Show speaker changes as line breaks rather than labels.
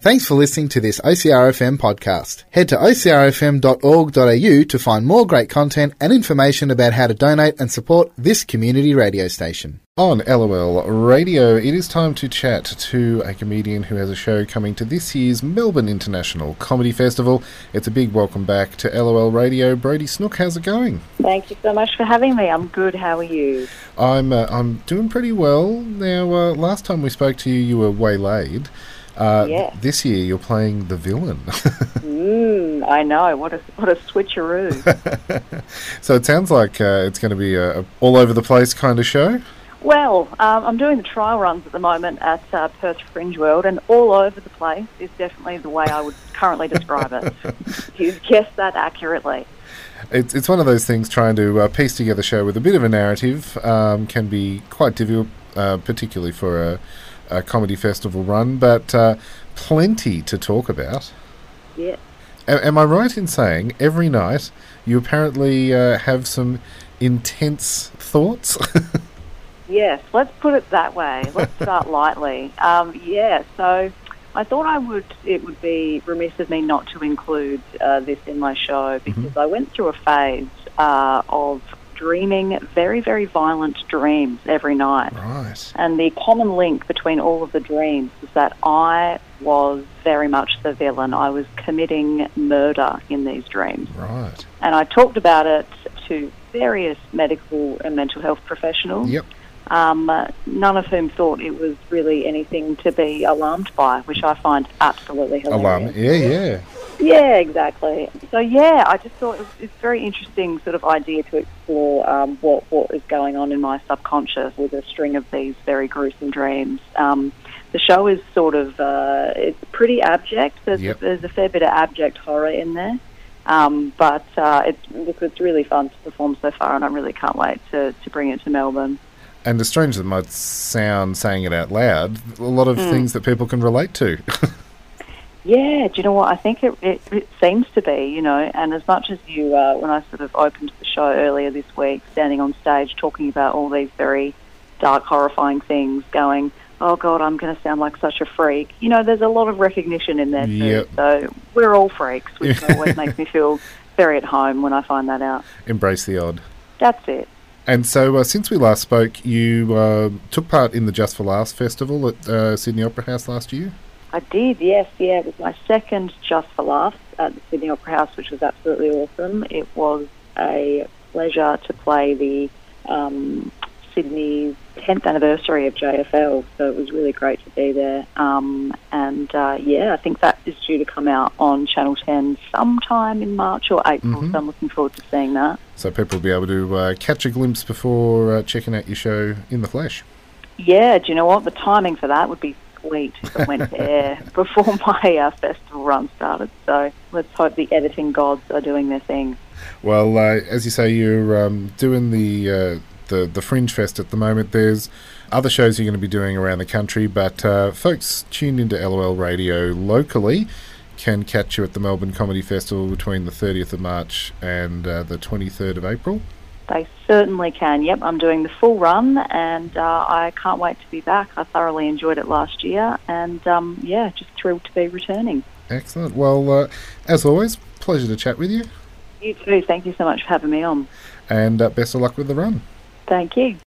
Thanks for listening to this OCRFM podcast. Head to ocrfm.org.au to find more great content and information about how to donate and support this community radio station.
On LOL Radio, it is time to chat to a comedian who has a show coming to this year's Melbourne International Comedy Festival. It's a big welcome back to LOL Radio. Brody Snook, how's it going?
Thank you so much for having me. I'm good. How are you?
I'm uh, I'm doing pretty well now. Uh, last time we spoke to you, you were waylaid. Uh,
Yeah.
This year, you're playing the villain.
Mm, I know. What a what a switcheroo.
so it sounds like uh, it's going to be a, a all over the place kind of show.
well, um, I'm doing the trial runs at the moment at uh, Perth Fringe World, and all over the place is definitely the way I would currently describe it. you guessed that accurately.
It's, it's one of those things trying to uh, piece together a show with a bit of a narrative um, can be quite difficult, uh, particularly for a, a comedy festival run, but uh, plenty to talk about.
Yeah.
A- am I right in saying every night you apparently uh, have some intense thoughts?
Yes, let's put it that way. Let's start lightly. Um, yeah, so I thought I would. It would be remiss of me not to include uh, this in my show because I went through a phase uh, of dreaming very, very violent dreams every night.
right.
And the common link between all of the dreams is that I was very much the villain. I was committing murder in these dreams.
Right.
And I talked about it to various medical and mental health professionals
Yep.
um, uh, none of whom thought it was really anything to be alarmed by, which I find absolutely hilarious.
Alarm. Yeah, yeah.
Yeah, exactly. So yeah, I just thought it was, it's a very interesting sort of idea to explore um, what what is going on in my subconscious with a string of these very gruesome dreams. Um, the show is sort of uh, it's pretty abject. There's,
Yep.
there's a fair bit of abject horror in there, um, but uh, it's look, it's really fun to perform so far, and I really can't wait to to bring it to Melbourne.
And as strange as it might sound saying it out loud, a lot of things that people can relate to.
Yeah, do you know what? I think it, it, it seems to be, you know, and as much as you, uh, when I sort of opened the show earlier this week, standing on stage talking about all these very dark, horrifying things, going, oh God, I'm going to sound like such a freak. You know, there's a lot of recognition in there, too.
Yep.
So we're all freaks, which always makes me feel very at home when I find that out.
Embrace the odd.
That's it.
And so, uh, since we last spoke, you uh, took part in the Just for Laughs festival at uh, Sydney Opera House last year.
I did, yes, yeah. It was my second Just for Laughs at the Sydney Opera House, which was absolutely awesome. It was a pleasure to play the um, Sydney's 10th anniversary of JFL, so it was really great to be there. Um, and uh, yeah, I think that is due to come out on Channel 10 sometime in March or April, so I'm looking forward to seeing that.
So people will be able to uh, catch a glimpse before uh, checking out your show in the flesh.
Yeah, do you know what? The timing for that would be sweet if it went to air before my uh, festival run started. So let's hope the editing gods are doing their thing.
Well, uh, as you say, you're um, doing the, uh, the the Fringe Fest at the moment. There's other shows you're going to be doing around the country, but uh, folks tuned into LOL Radio locally can catch you at the Melbourne Comedy Festival between the 30th of March and uh, the 23rd of April.
They certainly can. Yep, I'm doing the full run, and uh, I can't wait to be back. I thoroughly enjoyed it last year, and um, yeah, just thrilled to be returning.
Excellent. Well, uh, as always, pleasure to chat with you,
You too. Thank you so much for having me on.
and uh, best of luck with the run.
Thank you.